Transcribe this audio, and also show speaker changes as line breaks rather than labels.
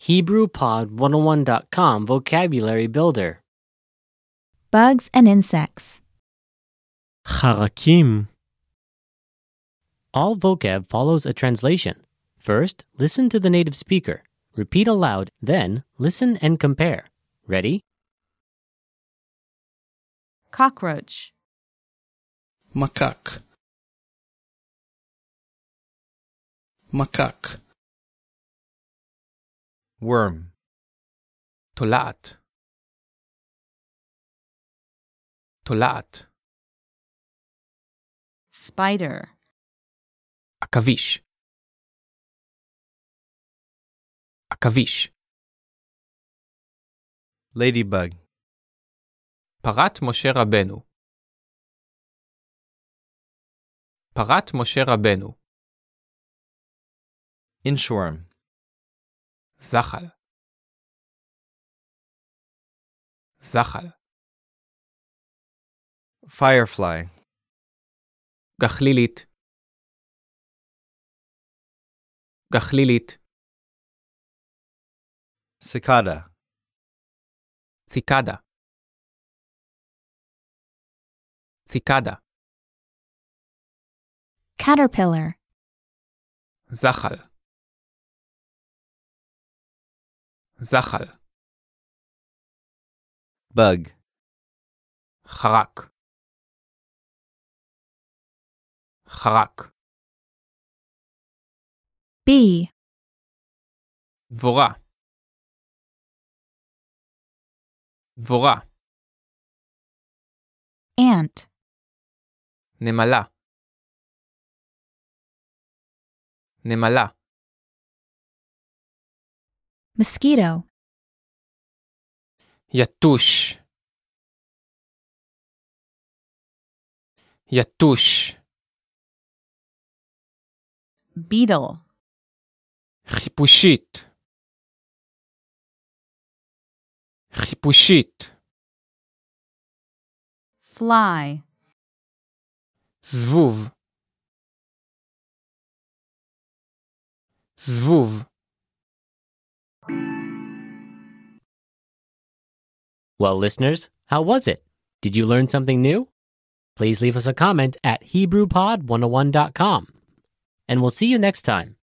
HebrewPod101.com Vocabulary Builder.
Bugs and insects.
חרקים,
All vocab follows a translation. First, listen to the native speaker. Repeat aloud, then, listen and compare. Ready?
cockroach,
макак макак
worm,
תולעת תולעת
spider,
עכביש עכביש
ladybug,
פרת משה רבנו פרת משה רבנו
inchworm,
זחל זחל
firefly,
גחלילית גחלילית
cicada,
ציקדה ציקדה
Caterpillar.
זחל זחל
bug,
חרק חרק
Bee.
דבורה דבורה
Ant.
נמלה נמלה
Mosquito.
יתוש יתוש
beetle,
חיפושית חיפושית
fly,
זבוב זבוב
Well, listeners, how was it? Did you learn something new? oh Please leave us a comment at HebrewPod101.com. And we'll see you next time.